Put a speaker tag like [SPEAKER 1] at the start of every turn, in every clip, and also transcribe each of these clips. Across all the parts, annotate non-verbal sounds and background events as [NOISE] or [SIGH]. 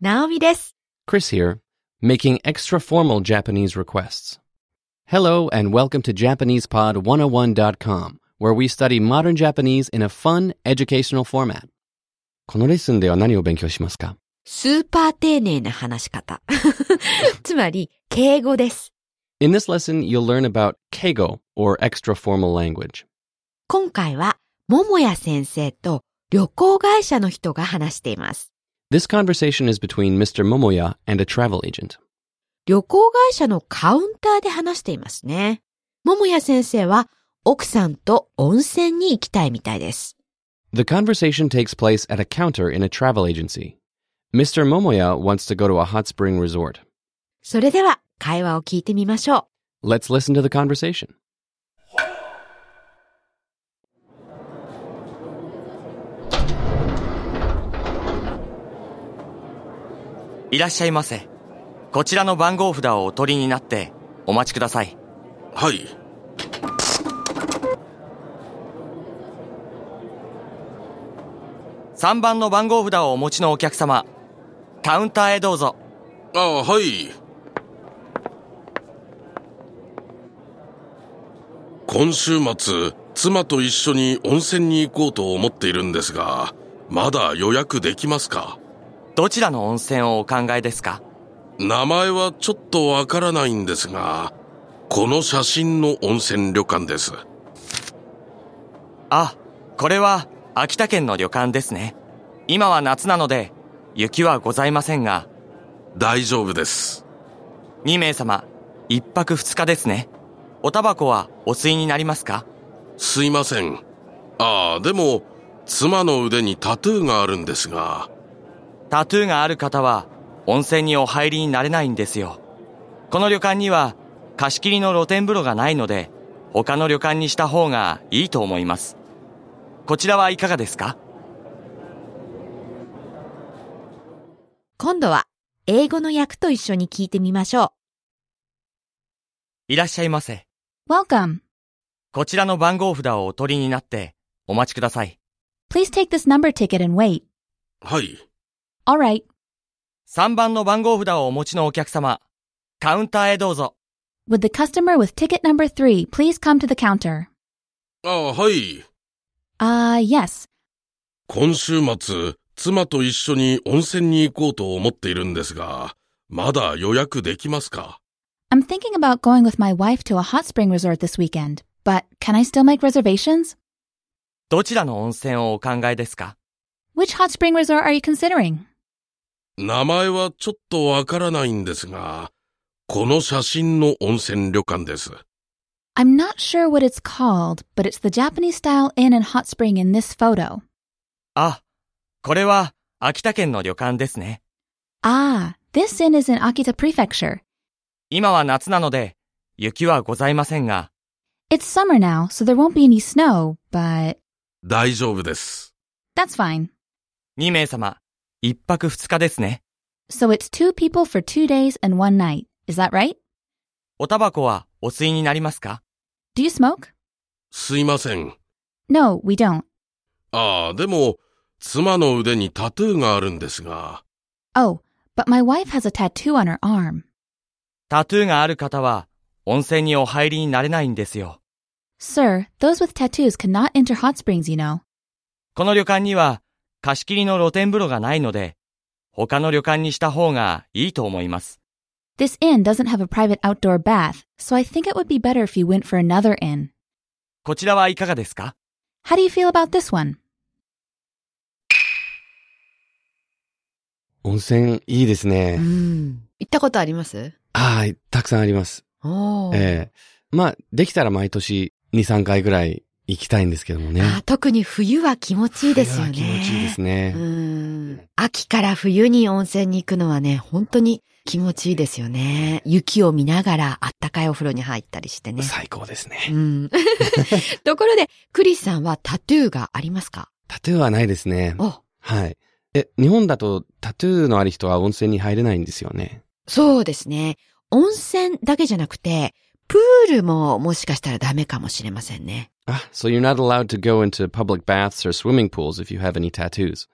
[SPEAKER 1] なおみです。
[SPEAKER 2] Chris here, making extra formal Japanese requests. Hello and welcome to JapanesePod101.com, where we study modern Japanese in a fun, educational format. このレッスンでは何を勉強しますか
[SPEAKER 1] スーパー丁寧な話し方。 [LAUGHS] つまり、敬語です。
[SPEAKER 2] In this lesson, you'll learn about keigo, or extra formal language.
[SPEAKER 1] 今回は、桃屋先生と旅行会社の人が話しています。
[SPEAKER 2] This conversation is between Mr. Momoya and a travel agent.
[SPEAKER 1] 旅行会社のカウンターで話していますね。桃屋先生は、奥さんと温泉に行きたいみたいです。
[SPEAKER 2] The conversation takes place at a counter in a travel agency. Mr. Momoya wants to go to a hot spring resort.
[SPEAKER 1] それでは、会話を聞いてみましょう。
[SPEAKER 2] Let's listen to the conversation.
[SPEAKER 3] いらっしゃいませ。こちらの番号札をお取りになってお待ちください。
[SPEAKER 4] はい。
[SPEAKER 3] 3番の番号札をお持ちのお客様、カウンターへどうぞ。
[SPEAKER 4] ああ、はい。今週末、妻と一緒に温泉に行こうと思っているんですが、まだ予約できますか
[SPEAKER 3] どちらの温泉をお考えですか
[SPEAKER 4] 名前はちょっとわからないんですが、この写真の温泉旅館です。
[SPEAKER 3] あ、これは秋田県の旅館ですね。今は夏なので雪はございませんが、
[SPEAKER 4] 大丈夫です。
[SPEAKER 3] 2名様、1泊2日ですね。おタバコはお吸いになりますか
[SPEAKER 4] すいません。ああ、でも、妻の腕にタトゥーがあるんですが、
[SPEAKER 3] タトゥーがある方は温泉にお入りになれないんですよ。この旅館には貸し切りの露天風呂がないので、他の旅館にした方がいいと思います。こちらはいかがですか
[SPEAKER 1] 今度は、英語の訳と一緒に聞いてみましょ
[SPEAKER 3] いらっしゃいませ。
[SPEAKER 5] Welcome.
[SPEAKER 3] こちらの番号札をお取りになってお待ちください。
[SPEAKER 5] Please take this number ticket and wait.
[SPEAKER 4] はい。
[SPEAKER 5] All right.
[SPEAKER 3] 3番の番号札をお持ちのお客様、カウンターへどうぞ。
[SPEAKER 5] Would the customer with ticket number three please come to the counter?
[SPEAKER 4] ああ、はい。
[SPEAKER 5] Uh, yes.
[SPEAKER 4] 今週末、妻と一緒に温泉に行こうと思っているんですが、まだ予約できますか
[SPEAKER 5] I'm thinking about going with my wife to a hot spring resort this weekend, but can I still make reservations?
[SPEAKER 3] どちらの温泉をお考えですか
[SPEAKER 5] Which hot spring resort are you considering?
[SPEAKER 4] 名前はちょっとわからないんですが、この写真の温泉旅館です。
[SPEAKER 5] I'm not sure what it's called, but it's the Japanese style inn and hot spring in this photo.
[SPEAKER 3] あ、これは秋田県の旅館ですね。
[SPEAKER 5] Ah, this inn is in Akita Prefecture.
[SPEAKER 3] 今は夏なので雪はございませんが、
[SPEAKER 5] It's summer now, so there won't be any snow, but
[SPEAKER 4] 大丈夫です。
[SPEAKER 5] that's fine.
[SPEAKER 3] 2名様、1泊2日ですね。
[SPEAKER 5] So it's two people for two days and one night. Is that right?
[SPEAKER 3] おタバコはお吸いになりますか
[SPEAKER 5] Do you smoke?
[SPEAKER 4] すいません。
[SPEAKER 5] No, we don't.
[SPEAKER 4] ああ、でも、妻の腕にタトゥーがあるんですが、
[SPEAKER 5] Oh, but my wife has a tattoo on her arm.
[SPEAKER 3] タトゥーがある方は温泉にお入りになれないんですよ。
[SPEAKER 5] Sir, those with tattoos cannot enter hot springs, you know.
[SPEAKER 3] この旅館には貸し切りの露天風呂がないので、他の旅館にした方がいいと思います。
[SPEAKER 5] This inn doesn't have a private outdoor bath, so I think it would be better if you went for another inn.
[SPEAKER 3] こちらはいかがですか
[SPEAKER 5] How do you feel about this one?
[SPEAKER 2] 温泉いいです
[SPEAKER 1] う。
[SPEAKER 2] ね。
[SPEAKER 1] ん。行ったことあります
[SPEAKER 2] はい、たくさんあります。
[SPEAKER 1] おー
[SPEAKER 2] ええまあ、できたら毎年2、3回ぐらい行きたいんですけどもね。
[SPEAKER 1] あ特に冬は気持ちいいですよね。
[SPEAKER 2] これは気持ちいいですね。
[SPEAKER 1] うん秋から冬に温泉に行くのはね、本当に気持ちいいですよね。雪を見ながらあったかいお風呂に入ったりしてね。
[SPEAKER 2] 最高ですね。
[SPEAKER 1] うん、 [LAUGHS] ところで、クリスさんはタトゥーがありますか
[SPEAKER 2] タトゥーはないですね。
[SPEAKER 1] お、
[SPEAKER 2] はい。え、日本だとタトゥーのある人は温泉に入れないんですよね。
[SPEAKER 1] そうですね。温泉だけじゃなくて、プールももしかしたらダメかもしれませんね。
[SPEAKER 2] あ、so you're not allowed to go into public baths or swimming pools if you have any tattoos.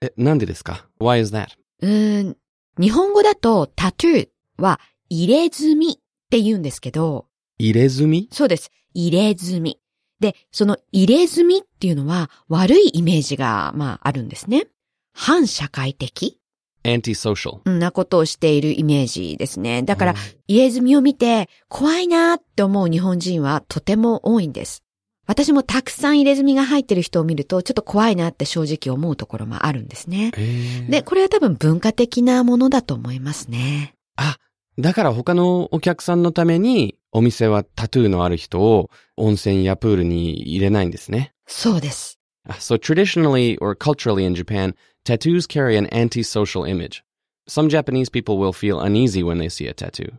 [SPEAKER 2] え、なんでですか ?Why is that?
[SPEAKER 1] うーん、日本語だとタトゥーは入れ墨って言うんですけど、
[SPEAKER 2] 入れ墨
[SPEAKER 1] そうです。入れ墨。で、その入れ墨っていうのは悪いイメージが、まあ、あるんですね。反社会的
[SPEAKER 2] Antisocial.
[SPEAKER 1] なことをしているイメージですね。だから、入れ墨を見て怖いなって思う日本人はとても多いんです。私もたくさん入れ墨が入ってる人を見るとちょっと怖いなって正直思うところもあるんですね。
[SPEAKER 2] えー
[SPEAKER 1] で、これは多分文化的なものだと思いますね。
[SPEAKER 2] あ、だから他のお客さんのためにお店はタトゥーのある人を温泉やプールに入れないんですね。
[SPEAKER 1] そうです。
[SPEAKER 2] Ah, So traditionally or culturally in Japan, tattoos carry an antisocial image. Some Japanese people will feel uneasy when they see a tattoo.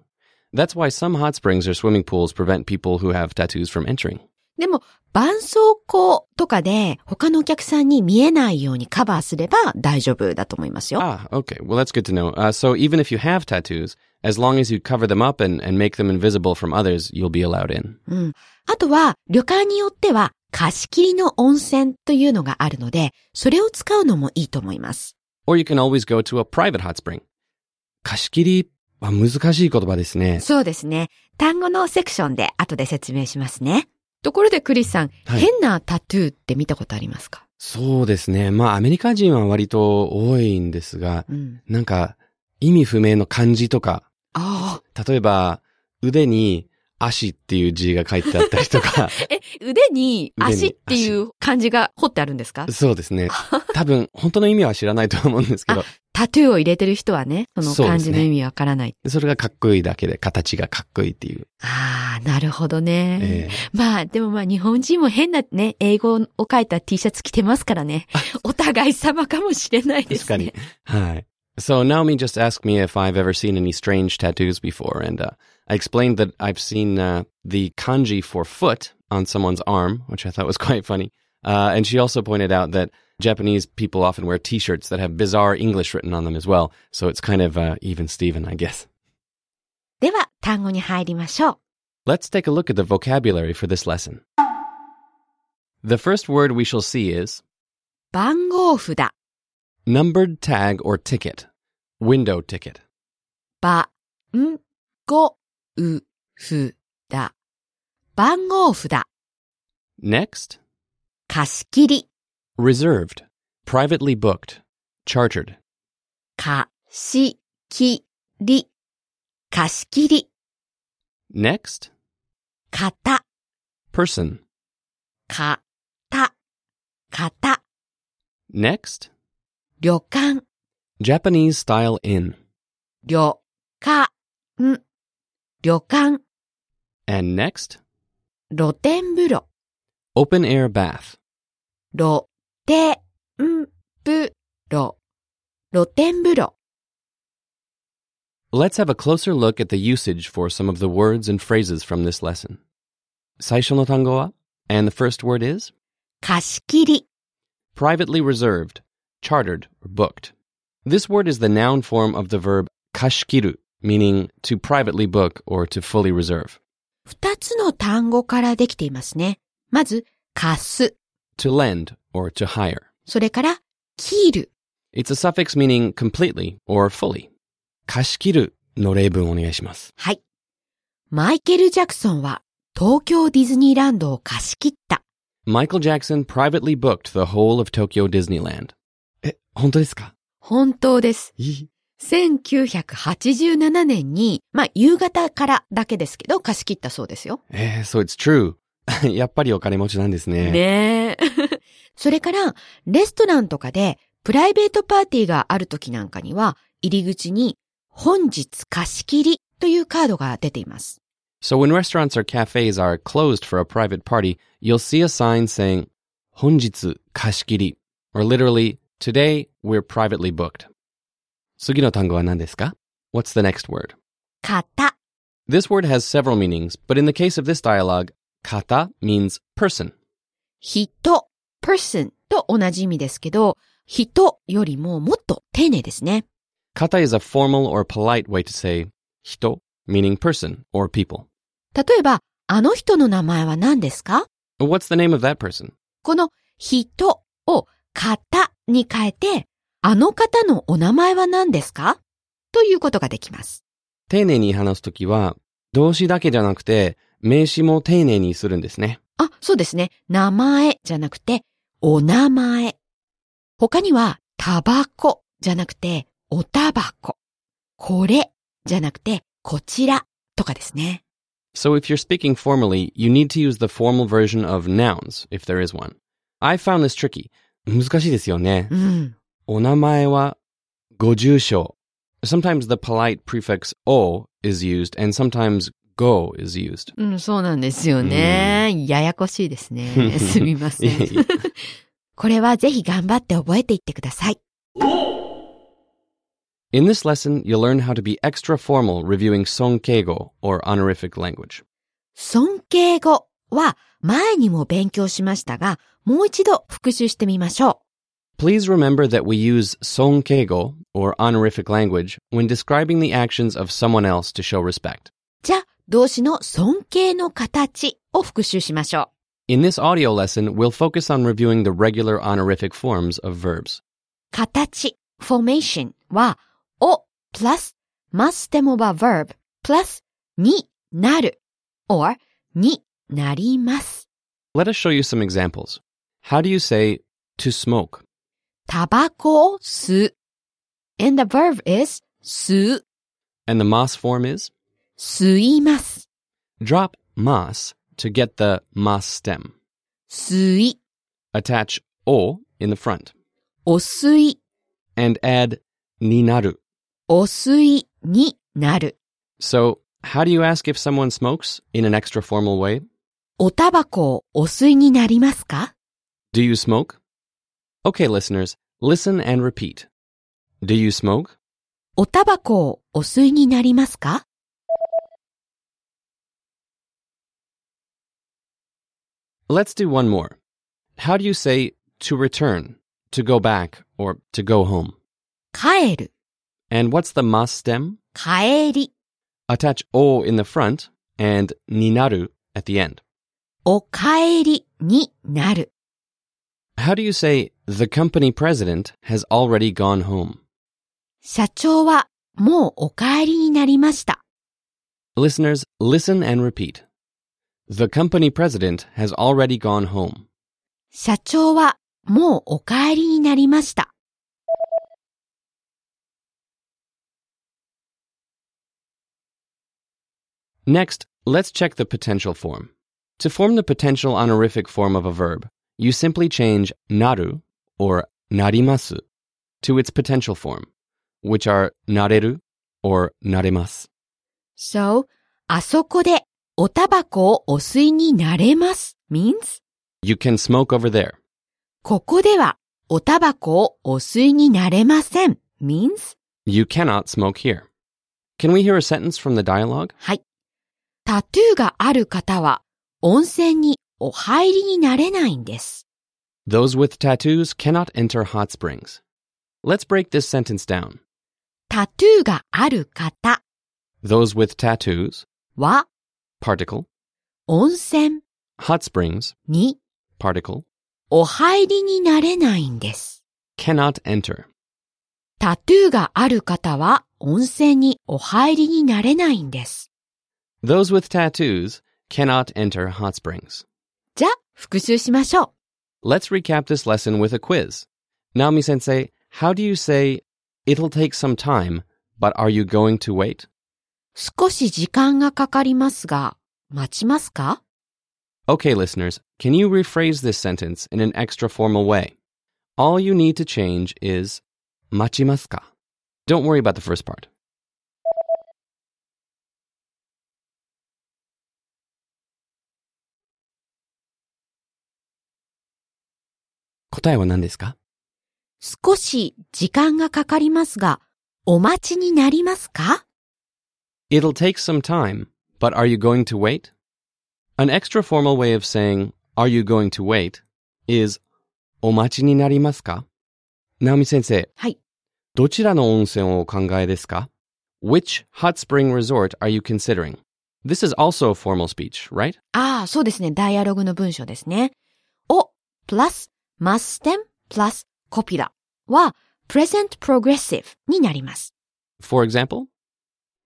[SPEAKER 2] That's why some hot springs or swimming pools prevent people who have tattoos from entering.
[SPEAKER 1] でも、絆創膏とかで他のお客さんに見えないようにカバーすれば大丈夫だと思いますよ。
[SPEAKER 2] Ah, okay. Well, that's good to know. Uh, so even if you have tattoos, as long as you cover them up and, and make them invisible from others, you'll be allowed in.
[SPEAKER 1] うん。あとは、旅館によっては貸し切りの温泉というのがあるので、それを使うのもいいと思います。
[SPEAKER 2] Or you can always go to a private hot spring. 貸し切りは難しい言葉ですね。
[SPEAKER 1] そうですね。単語のセクションで後で説明しますね。ところでクリスさん、
[SPEAKER 2] はい
[SPEAKER 1] 変なタトゥーって見たことありますか
[SPEAKER 2] そうですね。まあアメリカ人は割と多いんですが、
[SPEAKER 1] うん。
[SPEAKER 2] なんか意味不明の漢字とか、
[SPEAKER 1] ああ。
[SPEAKER 2] 例えば腕に足っていう字が書いてあったりとか、
[SPEAKER 1] え、腕に足っていう漢字が彫ってあるんですか
[SPEAKER 2] そうですね。多分本当の意味は知らないと思うんですけど、
[SPEAKER 1] タトゥーを入れてる人はね、その
[SPEAKER 2] そうで
[SPEAKER 1] 漢
[SPEAKER 2] すね
[SPEAKER 1] 字の意味わからない。
[SPEAKER 2] それがかっこいいだけで形がかっこいいっていう。
[SPEAKER 1] ああ、なるほどね。
[SPEAKER 2] ええ
[SPEAKER 1] まあ、でもまあ日本人も変なね、英語を書いた T シャツ着てますからね。お互い様かもしれないですね。 [LAUGHS]
[SPEAKER 2] 確かに。Hi. So Naomi just asked me if I've ever seen any strange tattoos before, and uh, I explained that I've seen uh, the kanji for foot on someone's arm, which I thought was [LAUGHS] quite funny. Uh, and she also pointed out that Japanese people often wear T-shirts that have bizarre English written on them as well, so it's kind of uh, even Steven, I guess.
[SPEAKER 1] では、単語に入りましょう。
[SPEAKER 2] Let's take a look at the vocabulary for this lesson. The first word we shall see is
[SPEAKER 1] 番号札、
[SPEAKER 2] numbered tag or ticket, window ticket.
[SPEAKER 1] ば、ん、ご、う、ふ、だ。番号札、
[SPEAKER 2] Next,
[SPEAKER 1] 貸し切り、
[SPEAKER 2] Reserved. Privately booked. Chartered.
[SPEAKER 1] 貸し切り、貸し切り、
[SPEAKER 2] Next.
[SPEAKER 1] 型、
[SPEAKER 2] Person.
[SPEAKER 1] か、た、型、
[SPEAKER 2] Next.
[SPEAKER 1] 旅館、
[SPEAKER 2] Japanese style inn.
[SPEAKER 1] 旅館、旅館、
[SPEAKER 2] And next.
[SPEAKER 1] 露天風呂、
[SPEAKER 2] Open air bath.
[SPEAKER 1] 露天風呂、露天風呂。
[SPEAKER 2] Let's have a closer look at the usage for some of the words and phrases from this lesson. 最初の単語は and the first word is
[SPEAKER 1] 貸し切り、
[SPEAKER 2] privately reserved, chartered, or booked. This word is the noun form of the verb kashikiru, meaning to privately book or to fully reserve.
[SPEAKER 1] 二つの単語からできていますね。まず、貸す、
[SPEAKER 2] To lend or to hire.
[SPEAKER 1] それから、切る。
[SPEAKER 2] It's a suffix meaning completely or fully. 貸し切るの例文お願いします。
[SPEAKER 1] はい。マイケル・ジャクソンは、東京ディズニーランドを貸し切った。
[SPEAKER 2] Michael Jackson privately booked the whole of Tokyo Disneyland. え、本当ですか
[SPEAKER 1] 本当です。
[SPEAKER 2] い
[SPEAKER 1] 1987年に、まあ、夕方からだけですけど、貸し切ったそうですよ。
[SPEAKER 2] えー、so Eh, it's true. [LAUGHS] やっぱりお金持ちなんですね。
[SPEAKER 1] ねえ。 [LAUGHS] それから、レストランとかで、プライベートパーティーがある時なんかには、入り口に、本日貸し切りというカードが出ています。
[SPEAKER 2] So when restaurants or cafes are closed for a private party, you'll see a sign saying 本日貸し切り or literally today we're privately booked. 次の単語は何ですか What's the next word?
[SPEAKER 1] 型、
[SPEAKER 2] This word has several meanings, but in the case of this dialogue, kata means person.
[SPEAKER 1] 人、person と同じ意味ですけど、人よりももっと丁寧ですね。
[SPEAKER 2] Kata is a formal or polite way to say hito, meaning person or people.
[SPEAKER 1] 例えば、あの人の名前は何ですか
[SPEAKER 2] What's the name of that person?
[SPEAKER 1] この人を型に変えて、あの方のお名前は何ですかということができます。
[SPEAKER 2] 丁寧に話すときは、動詞だけじゃなくて、名詞も丁寧にするんですね。
[SPEAKER 1] あ、そうですね。名前じゃなくて、お名前。他には、タバコじゃなくて、おタバコ。これじゃなくて、こちらとかですね。
[SPEAKER 2] So if you're speaking formally, you need to use the formal version of nouns, if there is one. I found this tricky. 難しいですよね
[SPEAKER 1] う。ん。
[SPEAKER 2] お名前は、ご住所。Sometimes the polite prefix o is used, and sometimes go is used.。
[SPEAKER 1] うん、そうなんですよね。ややこしいですね [LAUGHS] すみませ
[SPEAKER 2] いえ
[SPEAKER 1] ん
[SPEAKER 2] いえ。
[SPEAKER 1] これはぜひ頑張って覚えていってください。
[SPEAKER 2] In this lesson, you'll learn how to be extra formal reviewing sonkeigo, or honorific language.
[SPEAKER 1] 尊敬語は前にも勉強しましたが、もう一度復習してみましょ
[SPEAKER 2] Please remember that we use sonkeigo, or honorific language, when describing the actions of someone else to show respect.
[SPEAKER 1] う。じゃあ、動詞の尊敬の形を復習しましょ
[SPEAKER 2] In this audio lesson, we'll focus on reviewing the regular honorific forms of verbs.
[SPEAKER 1] う。形、formation は、を、プラス、must でもば verb、プラス、になる、or になります。
[SPEAKER 2] Let us show you some examples. How do you say to smoke?
[SPEAKER 1] タバコを吸う。and the verb is 吸う、
[SPEAKER 2] And the mas form is
[SPEAKER 1] 吸います。
[SPEAKER 2] drop mas to get the mas stem.
[SPEAKER 1] 吸い、
[SPEAKER 2] Attach o in the front
[SPEAKER 1] お吸い、
[SPEAKER 2] and add ninaru.
[SPEAKER 1] お吸いになる。
[SPEAKER 2] So, how do you ask if someone smokes in an extra formal way?
[SPEAKER 1] おタバコをお吸いになりますか
[SPEAKER 2] Do you smoke? Okay, listeners, listen and repeat. Do you smoke?
[SPEAKER 1] おタバコをお吸いになりますか
[SPEAKER 2] Let's do one more. How do you say to return, to go back, or to go home?
[SPEAKER 1] 帰る、
[SPEAKER 2] And what's the mas stem?
[SPEAKER 1] 帰り、
[SPEAKER 2] Attach o in the front and ninaru at the end.
[SPEAKER 1] お帰りになる。
[SPEAKER 2] How do you say the company president has already gone home?
[SPEAKER 1] 社長はもうお帰りになりました。
[SPEAKER 2] Listeners, listen and repeat. The company president has already gone home.
[SPEAKER 1] 社長はもうお帰りになりました。
[SPEAKER 2] Next, let's check the potential form. To form the potential honorific form of a verb, you simply change naru or narimasu to its potential form, which are nareru or naremasu.
[SPEAKER 1] So, あそこでおタバコをお吸いになれます means
[SPEAKER 2] You can smoke over there.
[SPEAKER 1] ここではおタバコをお吸いになれません means
[SPEAKER 2] You cannot smoke here. Can we hear a sentence from the dialogue?
[SPEAKER 1] はい。タトゥーがある方は温泉にお入りになれないんです。
[SPEAKER 2] Those with tattoos cannot enter hot springs. Let's break this sentence down.
[SPEAKER 1] タトゥーがある方
[SPEAKER 2] Those with tattoos,
[SPEAKER 1] は
[SPEAKER 2] particle,
[SPEAKER 1] 温泉
[SPEAKER 2] hot springs,
[SPEAKER 1] に
[SPEAKER 2] particle,
[SPEAKER 1] お入りになれないんです。
[SPEAKER 2] cannot enter.
[SPEAKER 1] タトゥーがある方は温泉にお入りになれないんです。
[SPEAKER 2] Those with tattoos cannot enter hot springs.
[SPEAKER 1] じゃあ、復習しましょう。
[SPEAKER 2] Let's recap this lesson with a quiz. Naomi sensei, how do you say, it'll take some time, but are you going to wait?
[SPEAKER 1] 少し時間がかかりますが、待ちますか
[SPEAKER 2] Okay, listeners, can you rephrase this sentence in an extra formal way? All you need to change is machimasu ka. Don't worry about the first part. Kotae wa nan desu ka?
[SPEAKER 1] 少し時間がかかりますが、お待ちになりますか
[SPEAKER 2] It'll take some time, but are you going to wait? An extra formal way of saying, are you going to wait, is お待ちになりますか Naomi sensei,
[SPEAKER 1] はい。
[SPEAKER 2] どちらの温泉をお考えですか ?Which hot spring resort are you considering? This is also formal speech, right?
[SPEAKER 1] ああ、そうですね。ダイアログの文章ですね。お、プラス、マステン、プラス、コピラは、present progressive になります。
[SPEAKER 2] For example,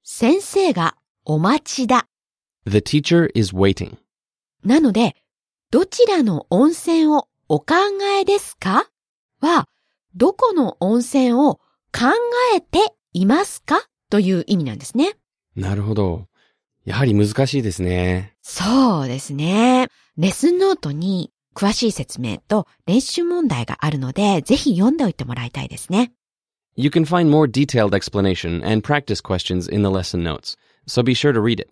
[SPEAKER 1] 先生がお待ちだ。
[SPEAKER 2] the teacher is waiting.
[SPEAKER 1] なので、どちらの温泉をお考えですかは、どこの温泉を考えていますかという意味なんですね。
[SPEAKER 2] なるほど。やはり難しいですね。
[SPEAKER 1] そうですね。レッスンノートに詳しい説明と練習問題があるので、ぜひ読んでおいてもらいたいですね。
[SPEAKER 2] You can find more detailed explanation and practice questions in the lesson notes, so be sure to read it.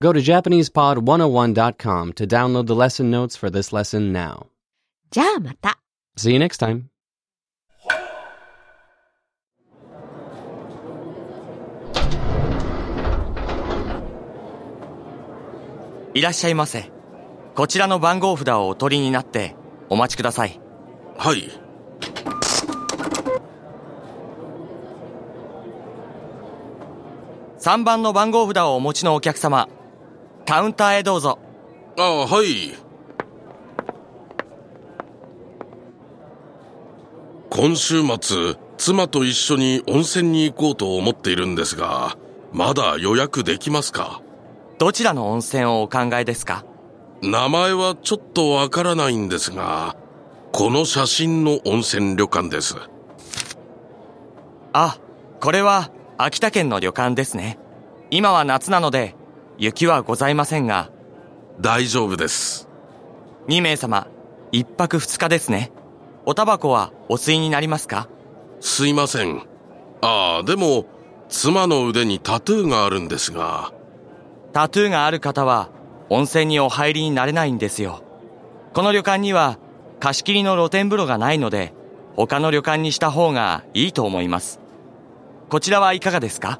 [SPEAKER 2] Go to JapanesePod101.com to download the lesson notes for this lesson now.
[SPEAKER 1] じゃあまた。
[SPEAKER 2] See you next time.
[SPEAKER 3] 「いらっしゃいませ」こちらの番号札をお取りになってお待ちください
[SPEAKER 4] はい。
[SPEAKER 3] 3番の番号札をお持ちのお客様カウンターへどうぞ
[SPEAKER 4] ああ、はい。今週末、妻と一緒に温泉に行こうと思っているんですが、まだ予約できますか
[SPEAKER 3] どちらの温泉をお考えですか
[SPEAKER 4] 名前はちょっとわからないんですが、この写真の温泉旅館です。
[SPEAKER 3] あこれは秋田県の旅館ですね今は夏なので雪はございませんが
[SPEAKER 4] 大丈夫です。
[SPEAKER 3] 2名様1泊2日ですねおタバコはお吸いになりますか
[SPEAKER 4] すいません。ああ、でも、妻の腕にタトゥーがあるんですが、
[SPEAKER 3] タトゥーがある方は温泉にお入りになれないんですよこの旅館には貸し切りの露天風呂がないので他の旅館にした方がいいと思いますこちらはいかがですか